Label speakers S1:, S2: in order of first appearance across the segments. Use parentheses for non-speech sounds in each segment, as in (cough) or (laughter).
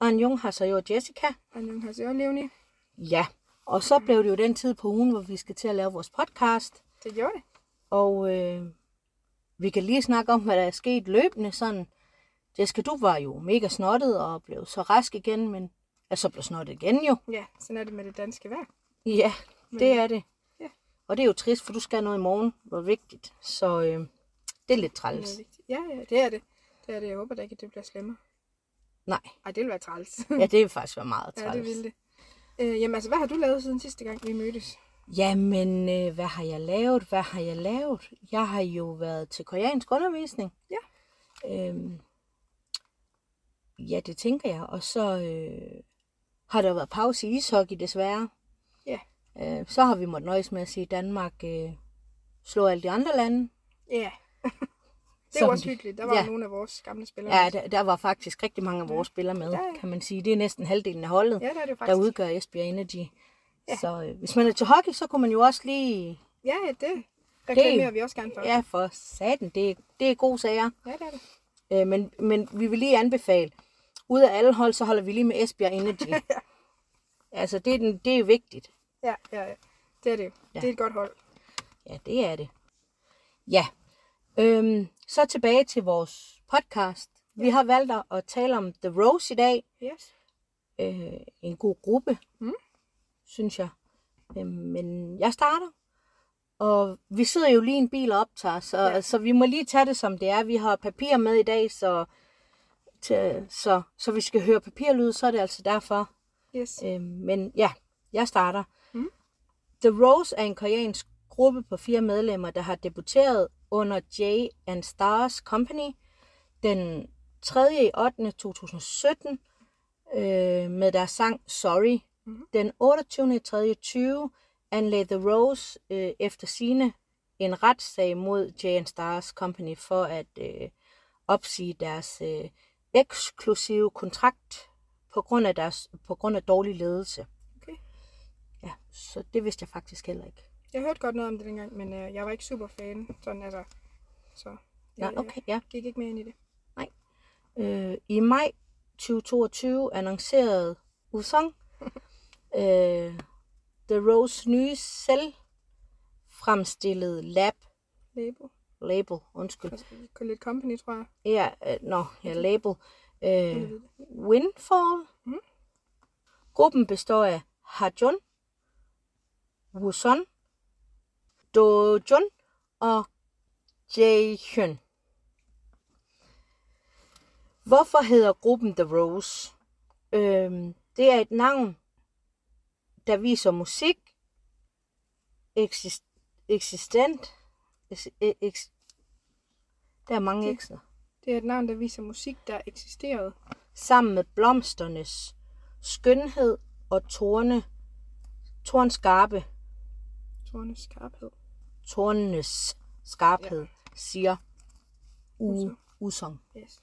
S1: Anjong Hasayo Jessica.
S2: 안녕하세요, Leonie.
S1: Ja, og så blev det jo den tid på ugen, hvor vi skal til at lave vores podcast.
S2: Det gjorde det.
S1: Og øh, vi kan lige snakke om, hvad der er sket løbende. Sådan. Jessica, du var jo mega snottet og blev så rask igen, men altså blev snottet igen jo.
S2: Ja, sådan er det med det danske vejr.
S1: Ja, det er det.
S2: ja.
S1: Og det er jo trist, for du skal noget i morgen, hvor vigtigt. Så øh, det er lidt
S2: Det
S1: træls.
S2: er vigtigt. Ja, ja, det er det. Det er det. Jeg håber da ikke, at det bliver slemmere.
S1: Nej,
S2: Ej, det ville være træls. (laughs)
S1: ja, det vil faktisk være meget træls.
S2: ja, det ville det. Øh, jamen altså, hvad har du lavet siden sidste gang, vi mødtes?
S1: Jamen, øh, hvad har jeg lavet? Hvad har jeg lavet? Jeg har jo været til koreansk undervisning.
S2: Ja.
S1: Øhm, ja, det tænker jeg. Og så øh, har der været pause i ishockey, desværre.
S2: Ja.
S1: Øh, så har vi måttet nøjes med at sige, at Danmark øh, slår alle de andre lande.
S2: Ja. (laughs) det
S1: Som
S2: var også
S1: de-
S2: hyggeligt. Der var
S1: ja.
S2: ja. nogle af vores gamle spillere.
S1: Ja, der, der var faktisk rigtig mange af vores spillere med,
S2: Ja, ja.
S1: kan man sige. Det er næsten halvdelen af holdet,
S2: ja der er det
S1: der
S2: jo faktisk.
S1: udgør Esbjerg Energy. Ja. Så øh, hvis man er til hockey, så kunne man jo også lige...
S2: Ja, ja, det reklamerer vi også gerne for.
S1: Ja, for satan, det, det er gode sager.
S2: ja det er det.
S1: Øh, men, men vi vil lige anbefale, ud af alle hold, så holder vi lige med Esbjerg Energy. altså, det er, den, det er vigtigt.
S2: Ja, ja, ja. Det er det jo. Ja. Det er et godt hold.
S1: Ja, det er det. Ja. Øhm, så tilbage til vores podcast. Vi har valgt at- at tale om The Rose i dag.
S2: Yes.
S1: Øh, en god gruppe,
S2: Mm.
S1: synes jeg. Øh, men jeg starter. Og vi sidder jo lige i en bil og optager, så, ja.
S2: Ja.
S1: så vi må lige tage det, som det er. Vi har papir med i dag, så, til, så, så vi skal høre papirlyd, så er det altså derfor.
S2: Yes.
S1: Øh, men ja, jeg starter.
S2: Mm.
S1: The Rose er en koreansk gruppe på fire medlemmer, der har debuteret under Jay and Stars Company den 3. i 8. 2017 øh, med deres sang Sorry.
S2: Mhm.
S1: Den 28. i 3. 20 anlagde The Rose øh, efter sine en retssag mod Jay and Stars Company for at øh, opsige deres øh, eksklusive kontrakt på grund af, deres, på grund af dårlig ledelse.
S2: Okay.
S1: Ja, så det vidste jeg faktisk heller ikke.
S2: Jeg hørte godt noget om det dengang, men øh, jeg var ikke super fan. Sådan altså. Så jeg,
S1: Nej, okay, ja.
S2: jeg gik ikke mere ind i det.
S1: Øh, I maj 2022 annoncerede (laughs) Usong øh, The Rose nye selv fremstillede lab
S2: Labo.
S1: label, undskyld.
S2: Altså, lidt company, tror jeg.
S1: Ja, øh, nå, ja, label. Øh,
S2: ved det.
S1: Windfall.
S2: Mhm.
S1: Gruppen består af Hajun, Wuson, Dojun og Jaehyun. Hvorfor hedder gruppen The Rose? Øhm, det er et navn, der viser musik, eksist, eksistent, eks, e- eks, der er mange ekser,
S2: Det er et navn, der viser musik, der eksisterede.
S1: sammen med blomsternes skønhed og torne, tornskarpe,
S2: Torne skarphed.
S1: tornenes skarphed, ja. siger U- Usong.
S2: Yes.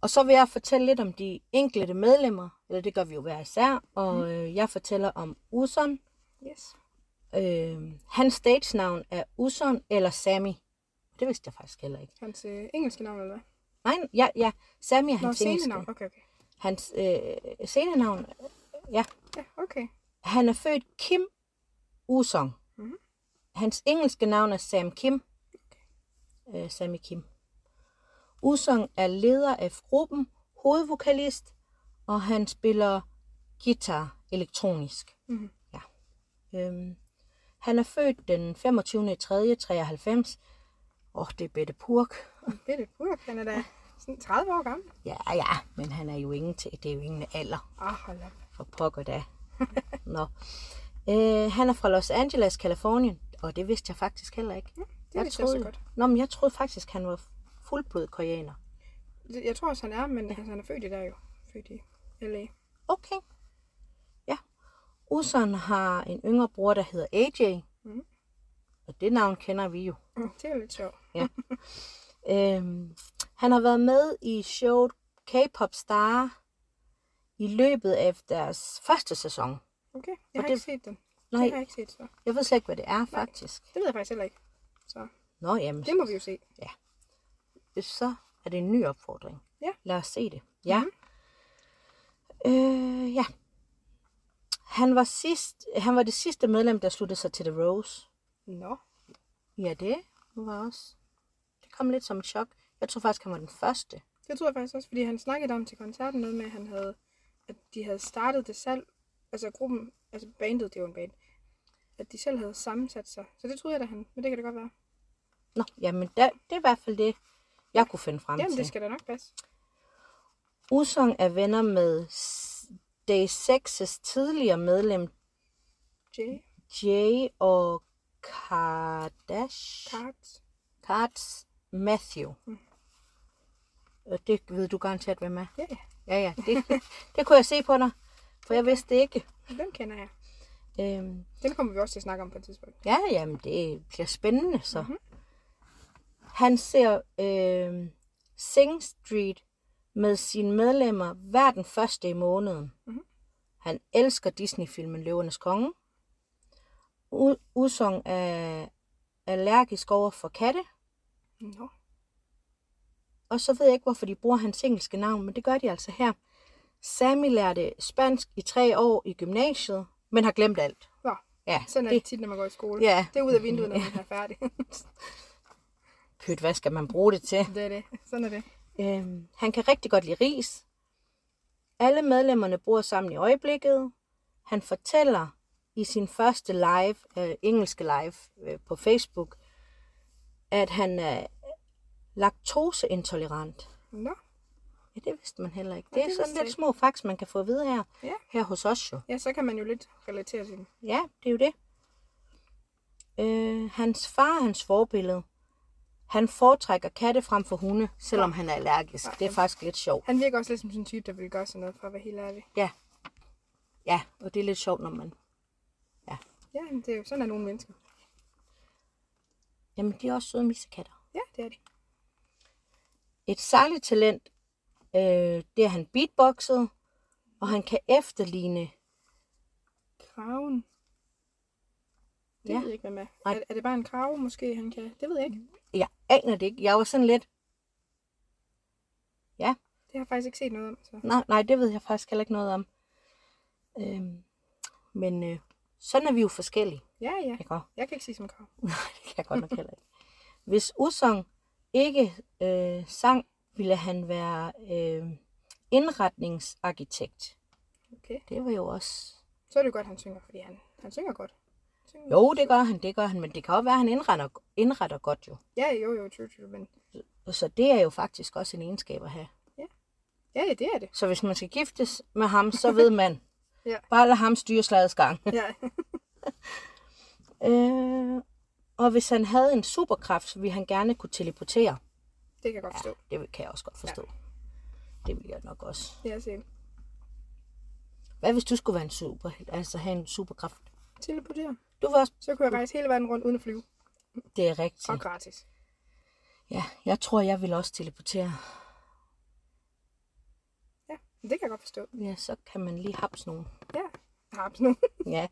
S1: Og så vil jeg fortælle lidt om de enkelte medlemmer, eller det gør vi jo hver især, og mm. øh, jeg fortæller om Uson.
S2: Yes.
S1: Øh, hans stage-navn er Uson eller Sammy. Det vidste jeg faktisk heller ikke.
S2: Hans øh, engelske navn, eller hvad?
S1: Nej, ja, ja. Sammy er
S2: Nå,
S1: hans
S2: scenenavn.
S1: engelske.
S2: Okay, okay.
S1: Hans øh, scenenavn, ja.
S2: Ja, okay.
S1: Han er født Kim Usong.
S2: Mhm.
S1: Hans engelske navn er Sam Kim. Øh, Sammy Kim. Usong er leder af gruppen, hovedvokalist, og han spiller guitar elektronisk.
S2: Mhm.
S1: Ja. Øhm, han er født den 25. 3. 93. Åh, oh, det er Bette Purk.
S2: Bitte Burk, han er da sådan 30 år gammel.
S1: Ja, ja, men han er jo ingen til, det er jo ingen alder.
S2: Ah, hold op.
S1: For pokker da. (laughs) Nå. Øh, han er fra Los Angeles, Kalifornien. Og det vidste jeg faktisk heller ikke.
S2: Det jeg vidste jeg så godt.
S1: Nå, men jeg troede faktisk, han var fuldblod koreaner.
S2: Det- Jeg tror også, han er, men altså, han er født i der jo. Født i L.A.
S1: Okay. Ja. Usan har en yngre bror, der hedder AJ.
S2: Mhm.
S1: Og det navn kender vi jo.
S2: Mm. Det er jo lidt sjovt.
S1: Øhm, han har været med i showet K-pop Star i løbet af deres første sæson.
S2: Okay, jeg
S1: Og
S2: har
S1: det-
S2: ikke set den.
S1: Nej,
S2: Det har jeg ikke set, så.
S1: jeg ved slet ikke, hvad det er faktisk.
S2: Det ved jeg faktisk heller ikke. Så
S1: Nå, jamen,
S2: det må vi jo se.
S1: så er det en ny opfordring.
S2: Ja.
S1: Lad os se det. Ja. Mm-hmm. Øh, ja. Han var, sidst, han var det sidste medlem, der sluttede sig til The Rose.
S2: Nå.
S1: Ja, det var også... Det kom lidt som et chok. Jeg tror faktisk, han var den første.
S2: Det tror jeg faktisk også, fordi han snakkede om til koncerten noget med, at, han havde, at de havde startet det selv. Altså gruppen, altså bandet, det var en band. At de selv havde sammensat sig. Så det troede jeg da han, men det kan det godt være.
S1: Nå, jamen da, det er i hvert fald det, jeg kunne finde frem
S2: Jamen,
S1: til.
S2: det skal da nok passe.
S1: Usong er venner med s- Day 6's tidligere medlem
S2: Jay
S1: Jay og Kardash.
S2: Cards.
S1: Kards Matthew. Og det ved du garanteret, hvem er.
S2: Ja, ja.
S1: Ja, ja, det, det kunne jeg se på dig, for jeg vidste det ikke.
S2: Dem kender jeg.
S1: Øhm,
S2: Den kommer vi også til at snakke om på et tidspunkt.
S1: ja, jamen, det bliver spændende, så. Mm-hmm. Han ser øhm, Sing Street med sine medlemmer hver den første i måneden.
S2: Mhm.
S1: Mm-hmm. Han elsker Disney-filmen Løvernes Konge. U- Usong er allergisk over for katte,
S2: Nå.
S1: Og så ved jeg ikke, hvorfor de bruger hans engelske navn, men det gør de altså her. Sami lærte spansk i tre år i gymnasiet, men har glemt alt.
S2: Nå.
S1: Ja,
S2: Sådan er det tit, når man går i skole.
S1: Ja.
S2: Det er ud af vinduet, (laughs) når man er færdig.
S1: pyt, hvad skal man bruge det til?
S2: det er det. Sådan er det.
S1: Øhm, han kan rigtig godt lide ris. Alle medlemmerne bor sammen i øjeblikket. Han fortæller i sin første live, øh, engelske live øh, på Facebook, at han er laktoseintolerant.
S2: Nå.
S1: Ja, det vidste man heller ikke.
S2: Ja,
S1: Det er
S2: det
S1: sådan
S2: vidste jeg
S1: lidt små facts, man kan få at vide her,
S2: Ja.
S1: her hos os jo.
S2: Ja, så kan man jo lidt relatere til dem.
S1: Ja, det er jo det. Øh, hans far er hans forbillede. Han foretrækker katte frem for hunde, selvom han er allergisk. Det er faktisk lidt sjovt.
S2: Han virker også lidt som sådan en type, der vil gøre sådan noget, for at være helt ærlig.
S1: Ja. Ja, og det er lidt sjovt, når man... Ja.
S2: Ja, men det er jo sådan, er nogle mennesker.
S1: Jamen, de er også søde missekatter.
S2: Ja, det er det.
S1: Et særligt talent, øh, det er han beatboxet, og han kan efterligne...
S2: Kraven. Det
S1: Ja.
S2: ja. ved jeg ikke, hvad med.
S1: Nej.
S2: Er, er, det bare en krave, måske han kan? Det ved jeg ikke.
S1: Jeg aner det ikke. Jeg var sådan lidt... Ja,
S2: Det har jeg faktisk ikke set noget om. Så.
S1: Nej, nej, det ved jeg faktisk heller ikke noget om. Øhm, men øh, sådan er vi jo forskellige.
S2: Ja, ja.
S1: Ikke? også?
S2: Jeg kan ikke sige som en krav.
S1: (laughs) Nej, det kan jeg godt nok heller ikke. Hvis Usong ikke øh, sang, ville han være øh, indretningsarkitekt.
S2: Okay.
S1: Det var jo også...
S2: Så er det jo godt, han synger, fordi han, han synger godt. Synger.
S1: Jo, det gør han, det gør han, men det kan også være, at han indretter, indretter godt jo.
S2: Ja, jo, jo, true, true, men...
S1: Så det er jo faktisk også en egenskab at have.
S2: Ja, ja, det er det.
S1: Så hvis man skal giftes med ham,
S2: (laughs)
S1: så ved man.
S2: Ja.
S1: Bare lad ham styre slagets gang.
S2: Ja. (laughs)
S1: Øh, og hvis han havde en superkraft, så ville han gerne kunne teleportere.
S2: det kan jeg godt forstå.
S1: Det kan jeg også godt forstå. Ja. Det ville jeg nok også.
S2: Ja, se.
S1: Hvad hvis du skulle være en super, altså have en superkraft?
S2: Teleportere.
S1: Du var også,
S2: Så kunne jeg rejse hele verden rundt uden at flyve.
S1: det er rigtigt.
S2: Og gratis.
S1: Ja, jeg tror, jeg ville også teleportere.
S2: Ja, det kan jeg godt forstå.
S1: Ja, så kan man lige hapse nogen.
S2: Ja, jeg har sådan nogle.
S1: Ja.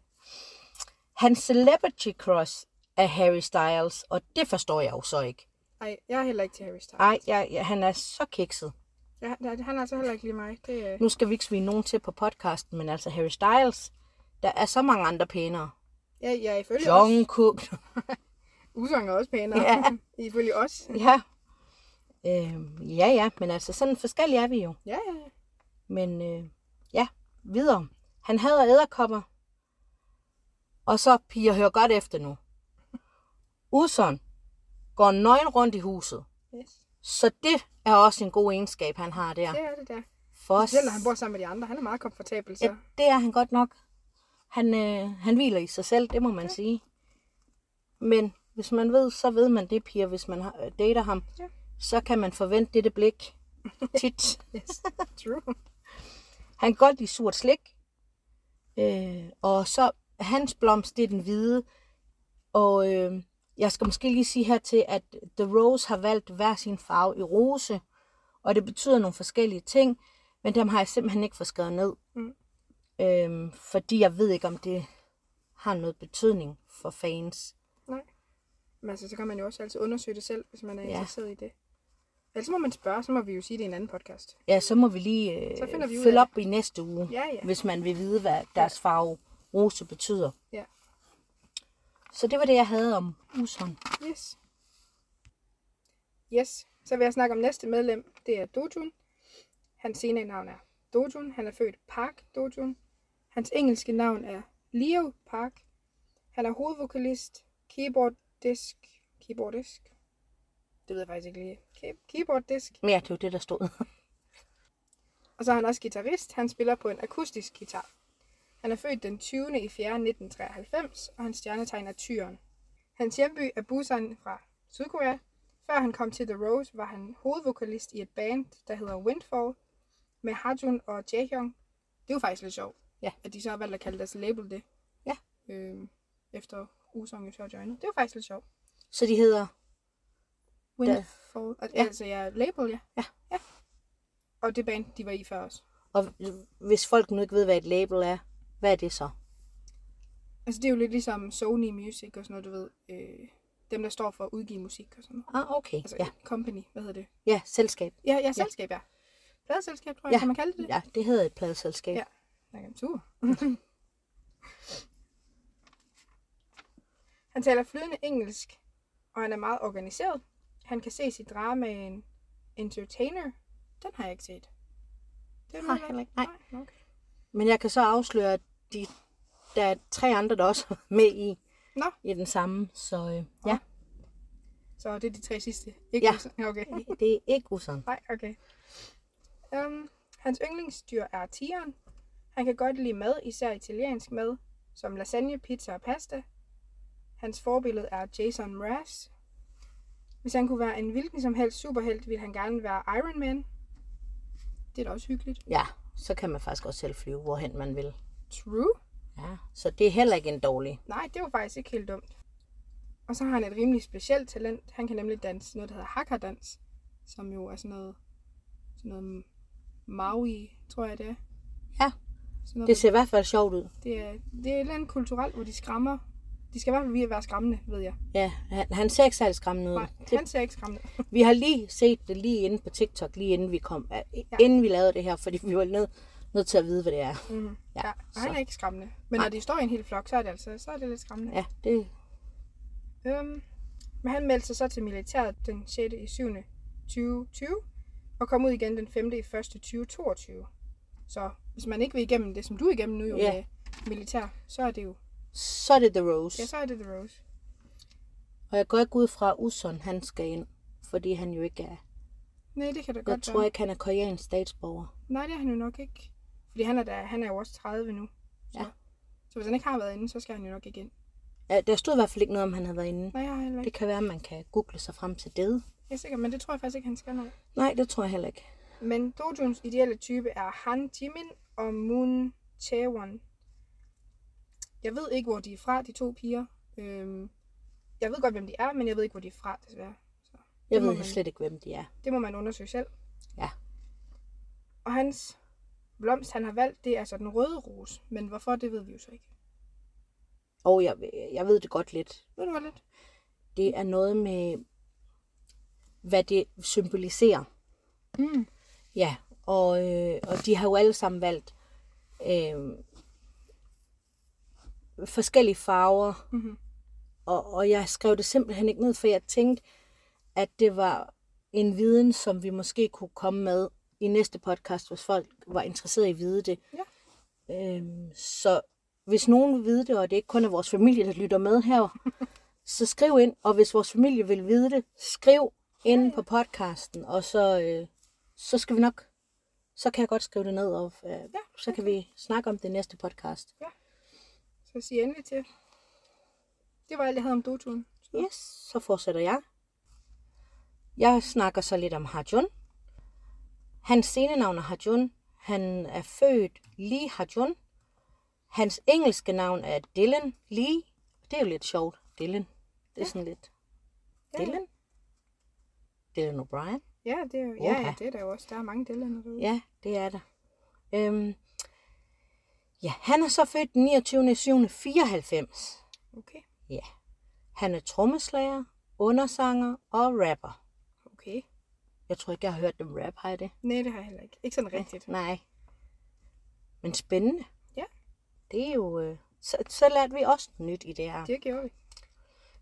S1: Hans celebrity cross er Harry Styles, og det forstår jeg jo så ikke.
S2: (laughs) Ej, jeg er heller ikke til Harry Styles.
S1: Ej, jeg, jeg, han er så kikset.
S2: Ja, nej, han er altså heller ikke lige mig. Det, øh,
S1: Nu skal vi ikke svine nogen til på podcasten, men altså Harry Styles, der er så mange andre pænere.
S2: ja, ja, ifølge os.
S1: Jungkook.
S2: Usang er også pænere.
S1: Ja.
S2: (laughs) ifølge os.
S1: (laughs) Ja. Øh, ja, ja, men altså sådan forskellige er vi jo.
S2: Ja, ja, ja.
S1: Men øh, ja, videre. Han hader æderkopper. Og så, piger, hør godt efter nu. Uson går nøgen rundt i huset.
S2: Yes.
S1: Så det er også en god egenskab, han har der.
S2: Det er det der.
S1: For
S2: Selv når han bor sammen med de andre, han er meget komfortabel, så.
S1: ja, det er han godt nok. Han, øh, han hviler i sig selv, det må man sige. Men hvis man ved, så ved man det, piger, hvis man har- øh, dater ham.
S2: Ja.
S1: Så kan man forvente dette
S2: (laughs)
S1: blik. Tit.
S2: Yes. True.
S1: Han kan godt lide surt slik. Øh, og så hans blomst, det er den hvide. Og øh, jeg skal måske lige sige her til, at The Rose har valgt hver sin farve i rose. Og det betyder nogle forskellige ting, men dem har jeg simpelthen ikke fået skrevet ned.
S2: Mm.
S1: Øh, fordi jeg ved ikke, om det har noget betydning for fans.
S2: Nej. Men altså, så kan man jo også altid undersøge det selv, hvis man er
S1: Ja.
S2: interesseret i det. Ellers må man spørge, så må vi jo sige det i en anden podcast.
S1: Ja, så må vi lige
S2: Så finder vi ud
S1: øh,
S2: af
S1: følge
S2: det.
S1: op i næste uge,
S2: Ja, ja.
S1: hvis man vil vide, hvad deres farve rose betyder.
S2: Ja.
S1: Så det var det, jeg havde om Uson.
S2: Yes. Yes. Så vil jeg snakke om næste medlem. Det er Dojun. Hans senere navn er Dojun. Han er født Park Dojun. Hans engelske navn er Leo Park. Han er hovedvokalist, keyboarddisk, keyboarddisk. Det ved jeg faktisk ikke lige. Ke- Keyboarddisk.
S1: Men ja, det var det, der stod.
S2: Og så er han også guitarist. Han spiller på en akustisk guitar. Han er født den 20. i 4. 1993, og hans stjernetegn er tyren. Hans hjemby er Busan fra Sydkorea. Før han kom til The Rose, var han hovedvokalist i et band, der hedder Windfall, med Hajun og Jaehyung. Det er jo faktisk lidt sjovt,
S1: Ja.
S2: at de så har valgt at kalde deres label det.
S1: Ja.
S2: Øhm, efter Usong jo så joinede. Det er jo faktisk lidt sjovt.
S1: Så de hedder...
S2: Windfall. Ja.
S1: Ja.
S2: Altså, ja, label, ja.
S1: Ja.
S2: ja. Og det band, de var i før også.
S1: Og hvis folk nu ikke ved, hvad et label er, hvad er det så?
S2: Altså, det er jo lidt ligesom Sony Music og sådan noget, du ved. Øh, dem, der står for at udgive musik og sådan noget.
S1: Ah, okay.
S2: Altså,
S1: Ja,
S2: company, hvad hedder det?
S1: ja selskab.
S2: Ja, ja, selskab, ja. Pladeselskab, tror jeg,
S1: Ja.
S2: kan man kalde det det?
S1: Ja, det hedder et pladeselskab.
S2: Ja. Nakamsura. (laughs) han taler flydende engelsk, og han er meget organiseret. Han kan ses i dramaen Entertainer. Den har jeg ikke set. Den
S1: Har jeg heller ikke, nej.
S2: nej okay.
S1: Men jeg kan så afsløre, at de, der er tre andre, der også er med i,
S2: Nå.
S1: i den samme. Så øh, ja,
S2: Så det er de tre sidste. Ikke
S1: Ja.
S2: Usa- Okay.
S1: det er ikke usandt.
S2: Nej, okay. Um, hans yndlingsdyr er tigeren. Han kan godt lide mad, især italiensk mad, som lasagne, pizza og pasta. Hans forbillede er Jason Mraz. Hvis han kunne være en hvilken som helst superhelt, ville han gerne være Iron Man. Det er da også hyggeligt.
S1: Ja, så kan man faktisk også selv flyve, hvorhen man vil.
S2: True.
S1: Ja, så det er heller ikke en dårlig.
S2: Nej, det var faktisk ikke helt dumt. Og så har han et rimelig specielt talent. Han kan nemlig danse noget, der hedder hakkerdans, som jo er sådan noget, sådan noget Maui, tror jeg det er.
S1: Ja,
S2: Sådan noget,
S1: det ser i hvert fald sjovt ud.
S2: Det er, det er et eller andet kulturelt, hvor de skræmmer. De skal i hvert fald virkelig være skræmmende, ved jeg.
S1: Ja, han, han ser ikke særlig skræmmende ud.
S2: Nej,
S1: Mm, Det,
S2: han ser ikke skræmmende. ud.
S1: vi har lige set det lige inde på TikTok, lige inden vi kom, ja. inden vi lavede det her, fordi vi var nødt nødt til at vide, hvad det er.
S2: Mhm.
S1: Ja,
S2: ja, og han
S1: så.
S2: er ikke skræmmende. Men når de står i en hel flok, så er det altså så er det lidt skræmmende.
S1: Ja, det,
S2: Øhm, men han meldte sig så til militæret den 6. i 7. 2020, og kom ud igen den 5. i 1. 2022. Så hvis man ikke vil igennem det, som du er igennem nu jo
S1: Ja.
S2: med militær, så er det jo,
S1: så er det The Rose.
S2: ja, så er det The Rose.
S1: Og jeg går ikke ud fra, at Uson han skal ind, fordi han jo ikke er...
S2: Nej, det kan da godt
S1: Jeg tror ikke, han er koreansk statsborger.
S2: Nej, det er han jo nok ikke. Fordi han er, da, han er jo også 30 nu. Så.
S1: Ja.
S2: så hvis han ikke har været inde, så skal han jo nok ikke ind.
S1: Ja, der stod i hvert fald ikke noget om, han havde været inde.
S2: Nej, jeg har heller
S1: Det
S2: ikke.
S1: kan være, at man kan google sig frem til det.
S2: Jeg er sikker, men det tror jeg faktisk ikke, han skal nå.
S1: Nej, det tror jeg heller ikke.
S2: Men Dojuns ideelle type er Han Jimin og Moon Chaewon. Jeg ved ikke, hvor de er fra, de to piger. Øhm, jeg ved godt, hvem de er, men jeg ved ikke, hvor de er fra, desværre. Så
S1: Jeg
S2: Det må
S1: ved
S2: man.
S1: slet ikke, hvem de er.
S2: det må man undersøge selv.
S1: Ja.
S2: Og hans blomst, han har valgt, det er altså den røde rose. Men hvorfor, det ved vi jo så ikke.
S1: Og jeg, jeg ved det godt lidt.
S2: Ved du hvad lidt?
S1: Det er noget med, hvad det symboliserer.
S2: Mm.
S1: Ja, og, øh, og de har jo alle sammen valgt øh, forskellige farver.
S2: Mhm.
S1: Og, og jeg skrev det simpelthen ikke ned, for jeg tænkte, at det var en viden, som vi måske kunne komme med i næste podcast, hvis folk var interesseret i at vide det.
S2: Ja.
S1: Øhm, så hvis nogen vil vide det, og det ikke kun er vores familie, der lytter med (laughs) her, så skriv ind, og hvis vores familie vil vide det, skriv ind ja, ja. på podcasten, og så, øh, så skal vi nok, så kan jeg godt skrive det ned, og øh, ja, så kan vi snakke om det i næste podcast.
S2: Så sig endelig til. Det var alt, jeg havde om Dotun.
S1: Yes, så fortsætter jeg. Jeg snakker så lidt om Hajun. Hans scenenavn er Hajun. Han er født Lee Hajun. Hans engelske navn er Dylan Lee. Det er jo lidt sjovt, Dylan. Det er sådan lidt...
S2: Ja.
S1: Dylan? Dylan O'Brien?
S2: Ja, det er, jo, ja,
S1: Oha.
S2: ja, det er der jo også. Der er mange dellænder derude.
S1: Ja, det er der. Øhm, ja, han er så født den 29. 7. 94.
S2: Okay.
S1: Ja. Han er trommeslager, undersanger og rapper.
S2: Okay.
S1: Jeg tror ikke, jeg har hørt dem rap, har jeg det?
S2: Nej, det har jeg heller ikke. Ikke sådan rigtigt.
S1: Nej. Men spændende.
S2: Ja.
S1: Det er jo... Øh, så, så lærte vi også noget nyt i det her.
S2: Det gjorde vi.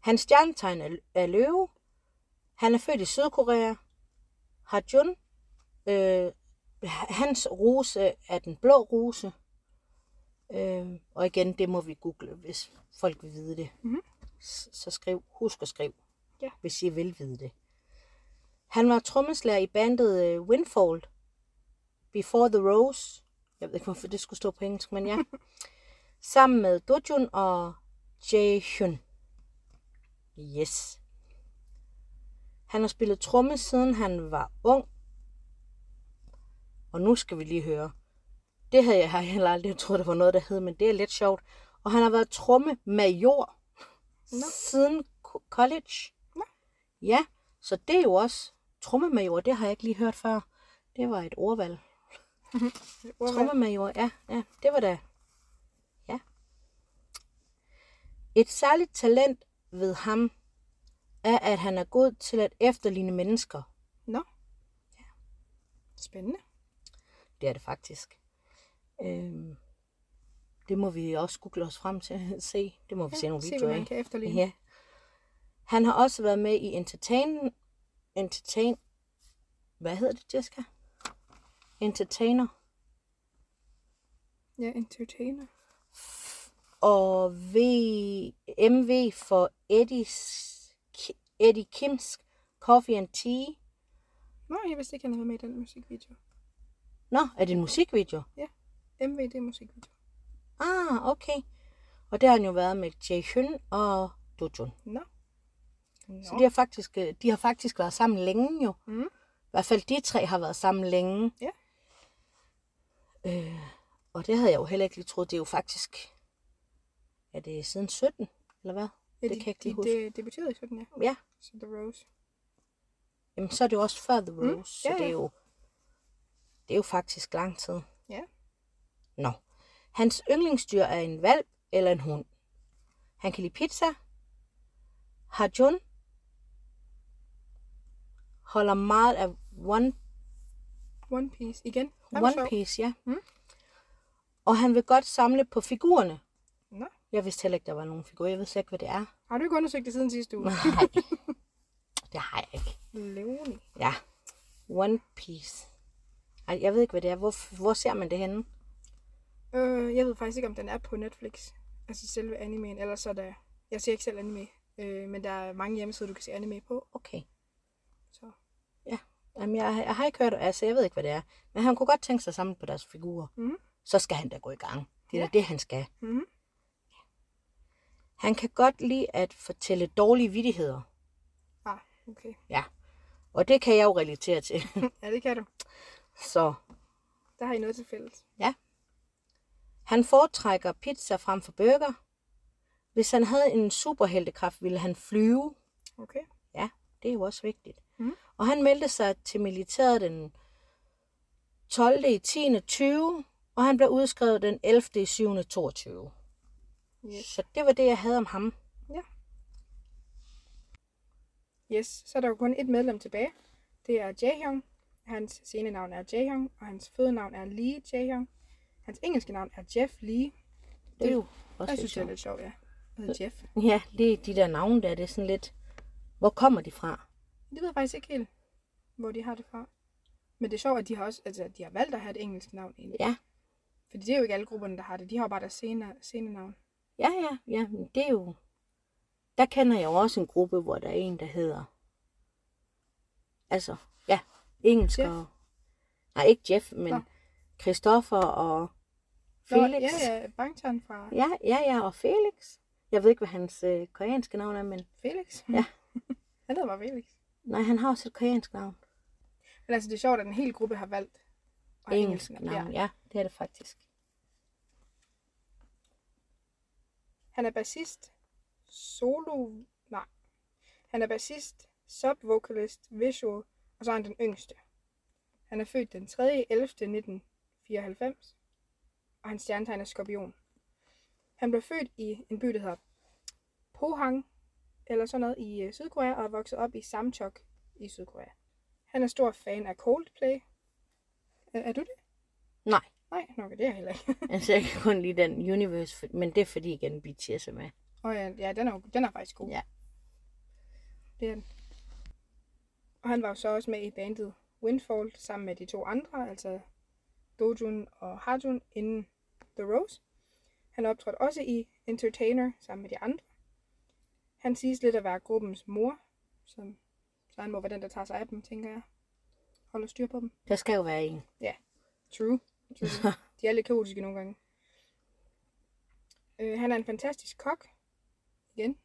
S1: Hans stjernetegn er, er løve. Han er født i Sydkorea. Har Jun. Øh, hans rose er den blå rose. Øh, og igen, det må vi google, hvis folk vil vide det.
S2: Mhm.
S1: S- Så skriv, husk at skriv,
S2: Ja.
S1: hvis I vil vide det. Han var trommeslager i bandet øh, Windfall. Before the Rose. Jeg ved ikke, hvorfor det skulle stå på engelsk, men ja.
S2: (laughs)
S1: Sammen med Dojun og Jaehyun. Yes. Han har spillet tromme, siden han var ung. Og nu skal vi lige høre. Det havde jeg (laughs) heller aldrig troet, der var noget, der hed, men det er lidt sjovt. Og han har været trommemajor
S2: Nå.
S1: siden co- college.
S2: Nå.
S1: Ja, så det er jo også trommemajor, det har jeg ikke lige hørt før. Det var et ordvalg.
S2: Ordvalg.
S1: Trommemajor, ja, ja, det var da. Ja. Et særligt talent ved ham er, at han er god til at efterligne mennesker.
S2: Nå. Spændende.
S1: Det er det faktisk. Øhm, det må vi også google os frem til at se. Det må vi ja, se nogle
S2: se,
S1: videoer
S2: hvad
S1: af.
S2: man kan efterligne.
S1: Ja. Han har også været med i Entertain... Entertain... Hvad hedder det, Jessica? Entertainer.
S2: Ja, entertainer.
S1: Og v... MV for Eddie's... Eddie Kims Coffee and Tea.
S2: Nå, jeg vidste ikke, han havde været med i den musikvideo.
S1: Nå, er det en musikvideo?
S2: MVD musikvideo.
S1: Ah, okay. Og der har han jo været med Jaehyun og Dojun.
S2: Nå.
S1: Så de har, faktisk, øh, de har faktisk været sammen længe jo.
S2: Mm.
S1: I hvert fald de tre har været sammen længe.
S2: Ja.
S1: Øh, og det havde jeg jo heller ikke lige troet. Det er jo faktisk... Er det siden 17, eller hvad?
S2: ja,
S1: det
S2: de,
S1: kan jeg ikke
S2: de,
S1: lige huske.
S2: Det, det betyder ikke sådan, ja.
S1: Ja.
S2: Så The Rose.
S1: Jamen, så er det jo også før The Rose, mm, så
S2: ja,
S1: det er
S2: ja.
S1: jo... Det er jo faktisk lang tid.
S2: Ja.
S1: Nå. Hans yndlingsdyr er en valp eller en hund. Han kan lide pizza. Harjun holder meget af One
S2: One Piece. Igen. Ham
S1: One
S2: så.
S1: Piece, ja.
S2: Mm.
S1: Og han vil godt samle på figurerne.
S2: Nå.
S1: Jeg vidste heller ikke, der var nogen figurer. Jeg ved slet ikke, hvad det er.
S2: Har du ikke undersøgt det siden sidste uge?
S1: Nej,
S2: (laughs)
S1: det har jeg ikke.
S2: Leonie.
S1: Ja, One Piece. Ej, jeg ved ikke, hvad det er. Hvor, hvor ser man det henne?
S2: Øh, jeg ved faktisk ikke, om den er på Netflix. Altså selve animeen. Ellers så er der... Jeg ser ikke selv anime. Øh, men der er mange hjemmesider, du kan se anime på.
S1: Okay.
S2: Så.
S1: Jamen, jeg, jeg har ikke hørt, altså jeg ved ikke, hvad det er. Men han kunne godt tænke sig sammen på deres figurer.
S2: Mhm.
S1: Så skal han da gå i gang. Det er ja. det, han skal.
S2: Mhm.
S1: Han kan godt lide at fortælle dårlige vidtigheder.
S2: Ah, okay. (laughs)
S1: Ja. Og det kan jeg jo relatere til. (laughs)
S2: ja, det kan du.
S1: Så
S2: Der har I noget til fælles.
S1: Han foretrækker pizza frem for burger. Hvis han havde en superheltekraft, ville han flyve.
S2: Okay.
S1: Ja, det er jo også vigtigt.
S2: Mhm.
S1: Og han meldte sig til militæret den 12. i 10. 20, og han blev udskrevet den 11. i 7. 22.
S2: Yes.
S1: Så det var det, jeg havde om ham.
S2: Yes, så er der jo kun et medlem tilbage. Det er Jaehyung. Hans scenenavn er Jaehyung, og hans fødenavn er Lee Jaehyung. Hans engelske navn er Jeff Lee.
S1: Det er jo også
S2: Jeg
S1: lidt
S2: synes, det er
S1: sjovt.
S2: lidt sjovt, ja. Han hedder Jeff.
S1: Ja, lige de der navne der, det er sådan lidt... Hvor kommer de fra?
S2: Det ved jeg faktisk ikke helt, hvor de har det fra. Men det er sjovt, at de har, også, altså, at de har valgt at have et engelsk navn egentlig.
S1: Ja,
S2: Fordi det er jo ikke alle grupperne, der har det. De har jo bare deres scene, scenenavn.
S1: ja, ja, ja, men det er jo... Der kender jeg jo også en gruppe, hvor der er en, der hedder... Altså, ja, engelsk
S2: Jeff.
S1: og... Nej, ikke Jeff, men
S2: Nå.
S1: Christoffer og
S2: Nå,
S1: Felix.
S2: Ja, ja, Bangtan fra
S1: ja, ja, ja, og Felix. Jeg ved ikke, hvad hans øh, koreanske navn er, men...
S2: Felix.
S1: Ja.
S2: han hedder bare Felix.
S1: Nej, han har også et koreansk navn.
S2: Men altså, det er sjovt, at en hel gruppe har valgt at have
S1: Engelsk navn, ja. ja, det er det faktisk.
S2: Han er bassist, solo, nej. Han er bassist, subvokalist, visual, og så er han den yngste. Han er født den 3. 11. 1994, og hans stjernetegn er skorpion. Han blev født i en by, der hedder Pohang, eller sådan noget, i øh, Sydkorea, og er vokset op i Samchok i Sydkorea. Han er stor fan af Coldplay. Er, er du det?
S1: Nej.
S2: Nej, nok er det jeg heller ikke.
S1: Altså, jeg kan kun lide den Universe, for- men det er fordi igen BTS er med.
S2: Og ja, ja den, er, jo- den er faktisk god.
S1: Ja.
S2: Det er den. Og han var jo så også med i bandet Windfall sammen med de to andre, altså Dojun og Harjun inden The Rose. Han optrådte også i Entertainer sammen med de andre. Han siges lidt at være gruppens mor, som, så han må være den, der tager sig af dem, tænker jeg. Holder styr på dem.
S1: Der skal jo være en.
S2: True. True. De er lidt kaotiske nogle gange. Øh, han er en fantastisk kok. Igen.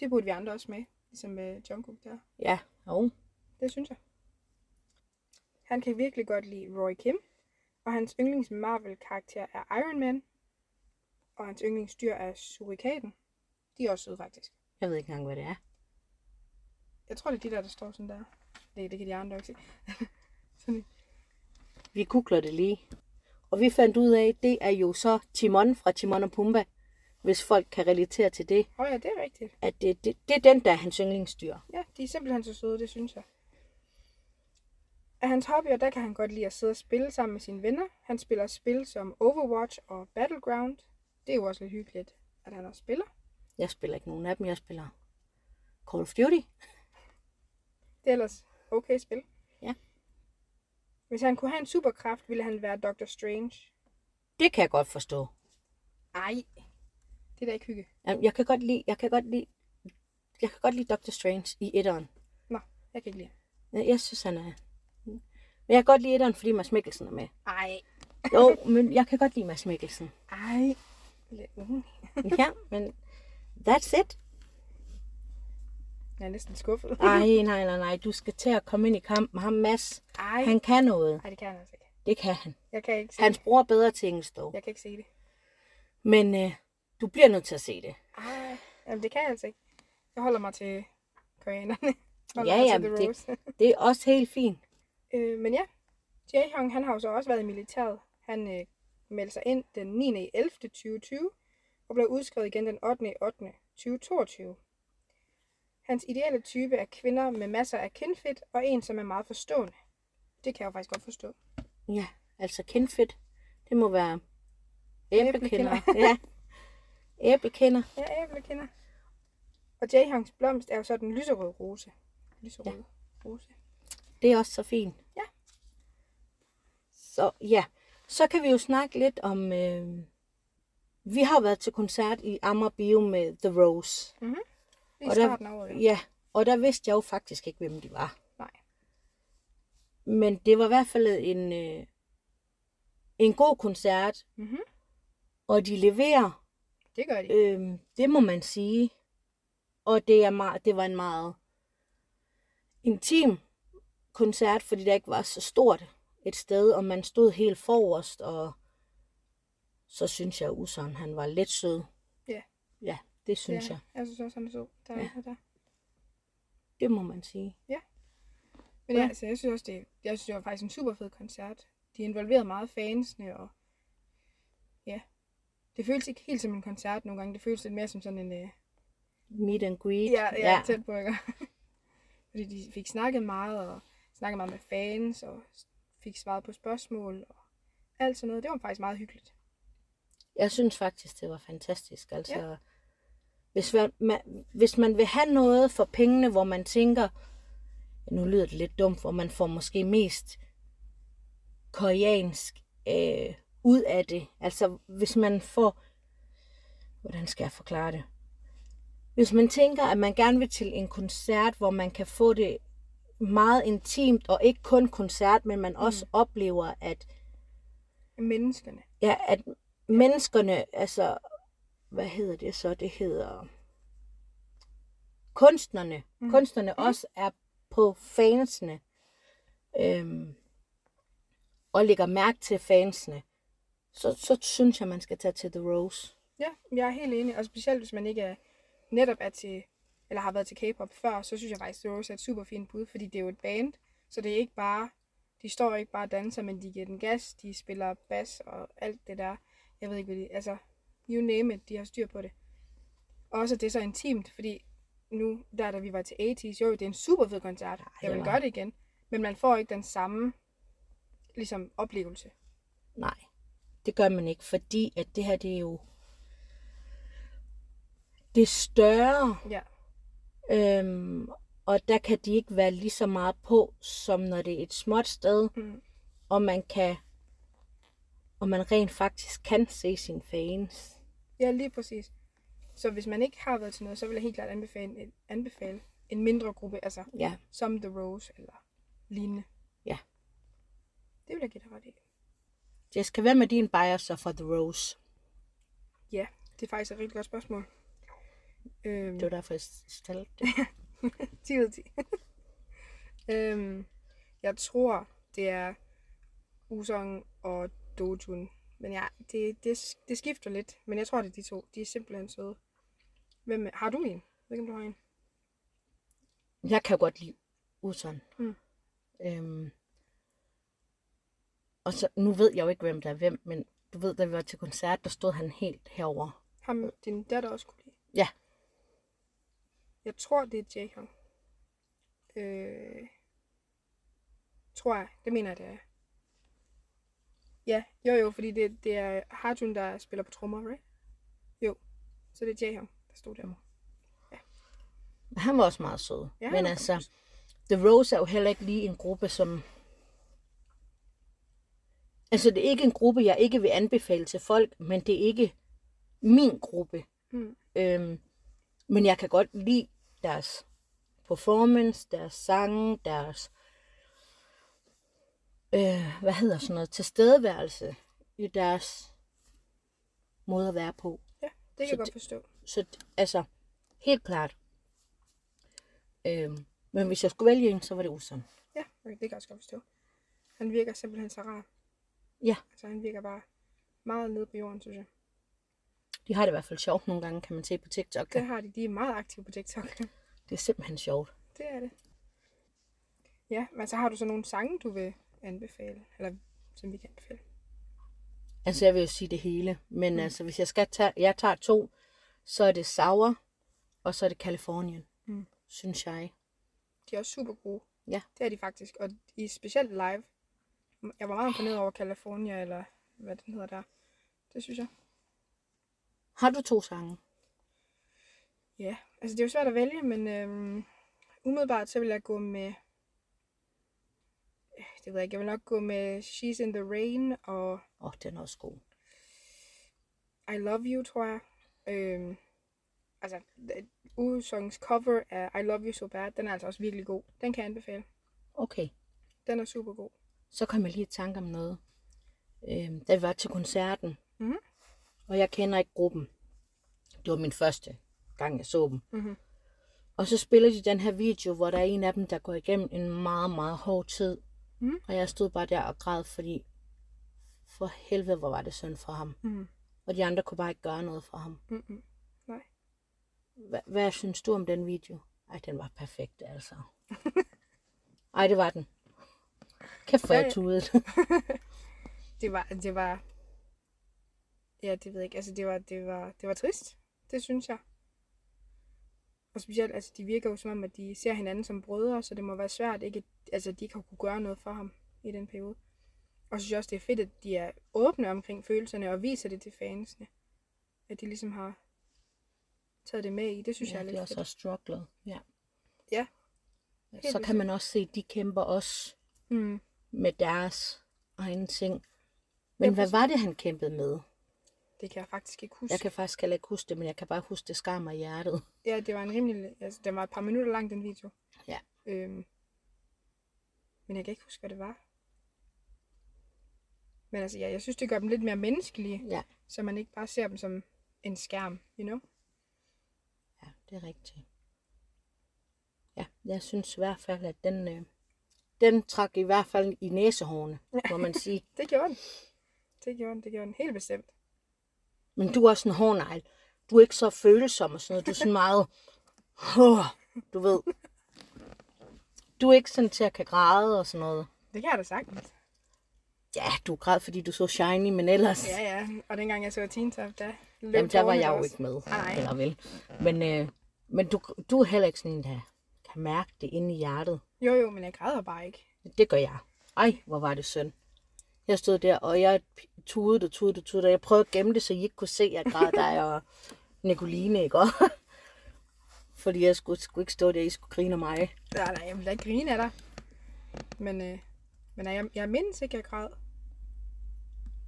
S2: Det burde vi andre også med, ligesom med Jungkook der.
S1: (laughs) Ja, og
S2: Det synes jeg. Han kan virkelig godt lide Roy Kim, og hans yndlings Marvel-karakter er Iron Man, og hans yndlingsdyr er surikaten. De er også søde, faktisk.
S1: jeg ved ikke engang, hvad det er.
S2: Jeg tror, det er de der, der står sådan der. Det, det kan de andre ikke se. sådan.
S1: Vi googler det lige. Og vi fandt ud af, det er jo så Timon fra Timon og Pumba, hvis folk kan relatere til det,
S2: Åh ja, det er rigtigt.
S1: at det, det, det er den, der er hans yndlingsdyr.
S2: Ja, de er simpelthen så søde, det synes jeg. Af hans hobbyer, der kan han godt lide at sidde og spille sammen med sine venner. Han spiller spil som Overwatch og Battleground. Det er jo også lidt hyggeligt, at han også spiller.
S1: Jeg spiller ikke nogen af dem, jeg spiller Call of Duty.
S2: Det er ellers okay spil.
S1: Ja.
S2: Hvis han kunne have en superkraft, ville han være Dr. Strange.
S1: Det kan jeg godt forstå.
S2: Ej, det er da ikke hygge.
S1: Jamen, Jeg kan godt lide, jeg kan godt lide, jeg kan godt lide Doctor Strange i etteren.
S2: Nå, jeg kan ikke lide ham.
S1: Jeg synes, han er... Men jeg kan godt lide etteren, fordi Mads Mikkelsen er med.
S2: Ej,
S1: Jo, men jeg kan godt lide Mads Mikkelsen.
S2: ej. Lidt uenig.
S1: Ja, men that's it.
S2: Jeg er næsten skuffet.
S1: Ej, nej, nej, nej. Du skal til at komme ind i kamp med ham, Mads.
S2: Ej.
S1: Han kan noget.
S2: Ej, det kan han altså ikke.
S1: Det kan han.
S2: Jeg kan ikke se
S1: Hans
S2: det.
S1: bror er bedre til engelsk dog.
S2: Jeg kan ikke se det.
S1: Men øh, du bliver nødt til at se det.
S2: Ej, jamen det kan jeg altså ikke. Jeg holder mig til koreanerne. (laughs)
S1: Ja,
S2: mig
S1: ja,
S2: til
S1: men
S2: The
S1: det-
S2: Rose.
S1: Det er også helt fint.
S2: øh, men ja, Jaehong, han har jo så også været i militæret. Han øh, meldte sig ind den 9. 11. 2020 og blev udskrevet igen den 8. 8. 2022. Hans ideelle type er kvinder med masser af kindfedt og en, som er meget forstående. Det kan jeg jo faktisk godt forstå.
S1: Ja, altså kendfedt. Det må være æblekender. ja,
S2: Æblekender.
S1: (laughs) æblekender.
S2: Ja, æblekinder. Og Jaehongs blomst er jo så den lyserøde rose. Lyserød rose.
S1: Det er også så fint.
S2: Ja.
S1: Så ja, så kan vi jo snakke lidt om... Øh... Vi har jo været til koncert i Amager Bio med The Rose.
S2: Lige
S1: Og
S2: i
S1: der-
S2: starten af året. jo.
S1: Ja, og der vidste jeg jo faktisk ikke, hvem de var.
S2: Nej.
S1: Men det var i hvert fald en, øh, en god koncert,
S2: Mhm.
S1: og de leverer,
S2: Det gør de.
S1: øh, det må man sige. Og det, er meget, det var en meget intim koncert, fordi der ikke var så stort et sted, og man stod helt forrest, og så synes jeg, at Usan, han var lidt sød.
S2: Ja.
S1: Ja, det synes
S2: ja,
S1: jeg.
S2: jeg. synes også, han er sød. Der er
S1: Ja.
S2: ja. der.
S1: Det må man sige.
S2: Men
S1: Ja.
S2: ja, altså, jeg synes også, det, jeg synes, det var faktisk en super fed koncert. De involverede meget fansene, og ja, det føles ikke helt som en koncert nogle gange. Det føles lidt mere som sådan en, øh,
S1: Meet and greet.
S2: ja, ja, tæt på, ikke? (laughs) Fordi de fik snakket meget, og snakket meget med fans, og fik svaret på spørgsmål, og alt sådan noget. Det var faktisk meget hyggeligt.
S1: Jeg synes faktisk, det var fantastisk. Altså, ja. hvis, man, man, hvis man vil have noget for pengene, hvor man tænker, nu lyder det lidt dumt, hvor man får måske mest koreansk øh, ud af det. Altså, hvis man får... Hvordan skal jeg forklare det? Hvis man tænker, at man gerne vil til en koncert, hvor man kan få det meget intimt, og ikke kun koncert, men man også oplever, at
S2: Menneskerne.
S1: ja, at menneskerne, altså, hvad hedder det så? Det hedder kunstnerne. Mm. Kunstnerne mm. også er på fansene. Øhm, og lægger mærke til fansene. Så, så synes jeg, man skal tage til The Rose.
S2: Ja, jeg er helt enig. Og specielt hvis man ikke er, netop er til, eller har været til K-pop før, så synes jeg faktisk, at Rose er et super fint bud, fordi det er jo et band, så det er ikke bare, de står ikke bare og danser, men de giver den gas, de spiller bas og alt det der. Jeg ved ikke, hvad de, altså, you name it, de har styr på det. Og også at det er så intimt, fordi nu, der da vi var til 80's, jo, det er en super fed koncert.
S1: det
S2: jeg vil
S1: var-
S2: gøre det igen. Men man får ikke den samme ligesom, oplevelse.
S1: Nej, det gør man ikke, fordi at det her, det er jo det er større,
S2: Ja,
S1: øhm, og der kan de ikke være lige så meget på, som når det er et småt sted,
S2: Mm.
S1: og man kan og man rent faktisk kan se sine fans.
S2: ja lige præcis. Så hvis man ikke har været til noget, så vil jeg helt klart anbefale, en- anbefale en mindre gruppe, altså
S1: Ja,
S2: som The Rose eller lignende.
S1: Ja.
S2: Det vil jeg give dig ret i.
S1: det skal være med din bias og for The Rose.
S2: Ja, det er faktisk et rigtig godt spørgsmål. Øhm,
S1: Det var derfor, jeg stillede det.
S2: 10 ud af 10. (laughs) øhm, jeg tror, det er Usong og Dojun. Men ja, det, det, det skifter lidt. Men jeg tror, det er de to. De er simpelthen søde. Hvem, har du en? Jeg ved ikke, om du har en.
S1: Jeg kan godt lide Uton.
S2: Mm.
S1: Øhm, og så, nu ved jeg jo ikke, hvem der er hvem, men du ved, da vi var til koncert, der stod han helt herover.
S2: Ham, din datter også kunne lide.
S1: Ja,
S2: Jeg tror, det er Jaehyung. Øh, tror jeg. Det mener jeg, det er. Ja, jo jo, fordi det, det er Harjun, der spiller på trommer, right? Jo. Så det er Jaehyung, der stod derovre.
S1: han var også meget sød.
S2: Ja,
S1: men
S2: han var
S1: altså, The Rose er jo heller ikke lige en gruppe, som... Altså, det er ikke en gruppe, jeg ikke vil anbefale til folk, men det er ikke min gruppe.
S2: Mm.
S1: Øhm, men jeg kan godt lide deres performance, deres sange, deres øh, hvad hedder sådan noget, tilstedeværelse i deres måde at være på.
S2: Ja, det kan
S1: Så
S2: jeg godt
S1: det-
S2: forstå.
S1: Så d- altså, helt klart. Øhm, men hvis jeg skulle vælge en, så var det usundt.
S2: Ja, okay, det kan jeg også godt forstå. Han virker simpelthen så rar.
S1: Ja,
S2: Altså, han virker bare meget nede på jorden, synes jeg.
S1: de har det i hvert fald sjovt nogle gange, kan man se på TikTok.
S2: Det
S1: Ja.
S2: har de. De er meget aktive på TikTok.
S1: Det er simpelthen sjovt.
S2: det er det. Ja, men så har du så nogle sange, du vil anbefale? Eller som vi kan anbefale?
S1: Altså, jeg vil jo sige det hele. Men mm. altså, hvis jeg skal tage, jeg tager to, så er det Sour, og så er det Californien,
S2: Mm.
S1: synes jeg.
S2: De er også super gode.
S1: Ja.
S2: Det er de faktisk. Og i specielt live. Jeg var meget imponeret over California, eller hvad den hedder der. Det synes jeg.
S1: Har du to sange?
S2: Ja, altså det er jo svært at vælge, men øhm, umiddelbart så vil jeg gå med... Øh, Det ved jeg ikke, jeg vil nok gå med She's in the Rain og
S1: Åh, oh, den er også god.
S2: I Love You, tror jeg. Øhm, altså, Usongs cover af I Love You So Bad, den er altså også virkelig god. Den kan jeg anbefale.
S1: Okay,
S2: Den er super god.
S1: så kom jeg lige i tanke om noget. Øhm, da vi var til koncerten,
S2: Mhm.
S1: og jeg kender ikke gruppen. Det var min første gang, jeg så dem.
S2: Mhm.
S1: Og så spiller de den her video, hvor der er en af dem, der går igennem en meget, meget hård tid.
S2: Mhm.
S1: Og jeg stod bare der og græd, fordi for helvede, hvor var det synd for ham.
S2: Mhm.
S1: Og de andre kunne bare ikke gøre noget for ham.
S2: Mm-mm. Nej.
S1: Hva- hvad synes du om den video? Ej, den var perfekt,
S2: (laughs)
S1: altså. Ej, det var den. Kæft, hvor
S2: Ja,
S1: jeg
S2: ja.
S1: tudede.
S2: Det var, det var... Ja, det ved jeg ikke. Altså, det var, det var, det var trist. Det synes jeg. Og specielt, altså, de virker jo som om, at de ser hinanden som brødre, så det må være svært, ikke, altså, at de ikke har kunne gøre noget for ham i den periode. Og så synes jeg også, det er fedt, at de er åbne omkring følelserne og viser det til fansene. At de ligesom har taget det med i. Det synes jeg
S1: ja,
S2: er
S1: de
S2: lidt
S1: også
S2: fedt.
S1: har strugglet. Ja.
S2: Ja.
S1: Så
S2: vildt.
S1: kan man også se, at de kæmper også
S2: Mm.
S1: med deres egne ting. Men hvad var det, han kæmpede med?
S2: Det kan jeg faktisk ikke huske.
S1: Jeg kan faktisk heller ikke huske det, men jeg kan bare huske, det skar mig i
S2: (laughs)
S1: hjertet.
S2: Ja, det var en rimelig... Altså, den var et par minutter lang, den video.
S1: Ja.
S2: Øhm, men jeg kan ikke huske, hvad det var. Men altså, ja, jeg synes, det gør dem lidt mere menneskelige,
S1: Ja,
S2: så man ikke bare ser dem som en skærm, you know?
S1: ja det er rigtigt. Ja, jeg synes i hvert fald, at den, øh, den trak i hvert fald i næsehårene, må
S2: (laughs)
S1: man sige.
S2: Det gjorde den. Det gjorde den, det gjorde den. Helt bestemt.
S1: Men du er også en hård negl. Du er ikke så følsom og sådan noget. Du er sådan meget... Oh, du ved. Du er ikke sådan til at kan græde og sådan noget.
S2: Det kan jeg da sagtens.
S1: Ja, du græd, fordi du så shiny, men ellers...
S2: Ja, ja. Og dengang jeg så Teen Top, der løb
S1: Jamen, der var
S2: tårerne
S1: jeg jo
S2: også.
S1: ikke med.
S2: Nej.
S1: Eller vel. Men, øh, Men du, du er heller ikke sådan en, der kan mærke det inde i hjertet.
S2: Jo jo, men jeg græder bare ikke.
S1: Det gør jeg. Ej, hvor var det synd. Jeg stod der, og jeg tudede og tudede og tudede, og jeg prøvede at gemme det, så I ikke kunne se, at jeg græd dig og Nicoline, ikke (laughs) også? Fordi jeg skulle, skulle ikke stå der, I skulle grine af mig.
S2: Nej, nej, jeg vil da ikke grine af dig. Men, øh, men jeg, jeg mindes ikke, jeg græd.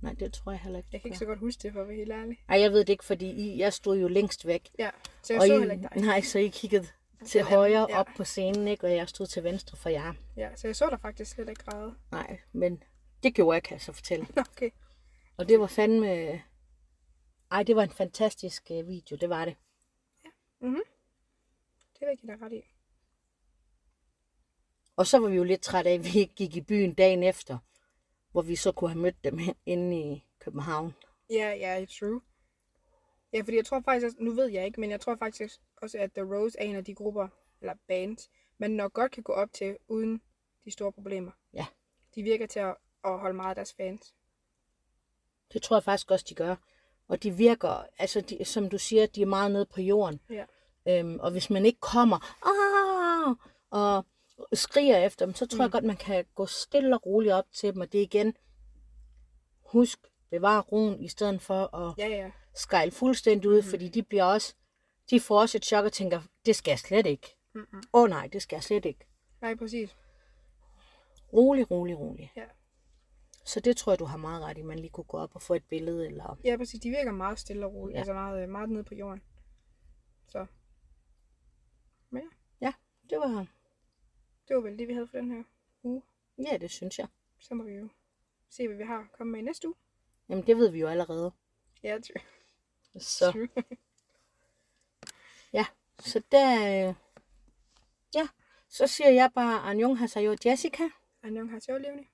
S1: Nej, det tror jeg heller ikke.
S2: Jeg kan ikke så godt huske det, for at være helt ærlig.
S1: Nej, jeg ved det ikke, fordi I, jeg stod jo længst væk.
S2: Ja, så jeg så
S1: I,
S2: heller ikke (laughs) dig.
S1: Nej, så I (laughs) kiggede til
S2: den anden,
S1: højre
S2: ja.
S1: op på scenen, ikke? og jeg stod til venstre for jer.
S2: Ja, så jeg så dig faktisk slet ikke græde.
S1: Nej, men det gjorde jeg, kan jeg så fortælle.
S2: Nå, Okay.
S1: Og det var fandme... Ej, det var en fantastisk øh, video, det var det.
S2: Mm-hmm. Det vil jeg give dig ret i.
S1: Og så var vi jo lidt trætte af, at vi ikke gik i byen dagen efter, hvor vi så kunne have mødt dem hen- inde i København.
S2: Ja, ja, true. Ja, fordi jeg tror faktisk, også- nu ved jeg ikke, men jeg tror faktisk også, at The Rose er en af de grupper, eller bands, man nok godt kan gå op til, uden de store problemer.
S1: Ja.
S2: De virker til at, at holde meget af deres fans.
S1: Det tror jeg faktisk også, de gør. Og de virker, altså de, som du siger, de er meget nede på jorden.
S2: Ja.
S1: Øhm, og hvis man ikke kommer "Ah!" og skriger efter dem, så tror mm. jeg godt, man kan gå stille og roligt op til dem. Og det er igen, husk, bevare roen, i stedet for at
S2: Ja, ja.
S1: skejle fuldstændig ud, mm. fordi de bliver også, de får også et chok og tænker, det skal jeg slet ikke. Åh mm. oh, nej, det skal jeg slet ikke.
S2: Nej, præcis.
S1: Rolig, rolig, rolig.
S2: Ja.
S1: Så det tror jeg, du har meget ret i, man lige kunne gå op og få et billede. Eller...
S2: Ja, præcis. De virker meget stille og roligt. Ja.
S1: Ja.
S2: Altså meget, meget nede på jorden. Så. Men ja,
S1: Ja, det var,
S2: det var vel det, vi havde for den her uge.
S1: ja, det synes jeg.
S2: Så må vi jo se, hvad vi har at komme med i næste uge.
S1: Jamen, det ved vi jo allerede.
S2: Ja, true.
S1: Så,
S2: true.
S1: ja. Så der, øh, ja. Så siger jeg bare, Anjong har sig jo Jessica.
S2: Annyeong haseyo, Leonie.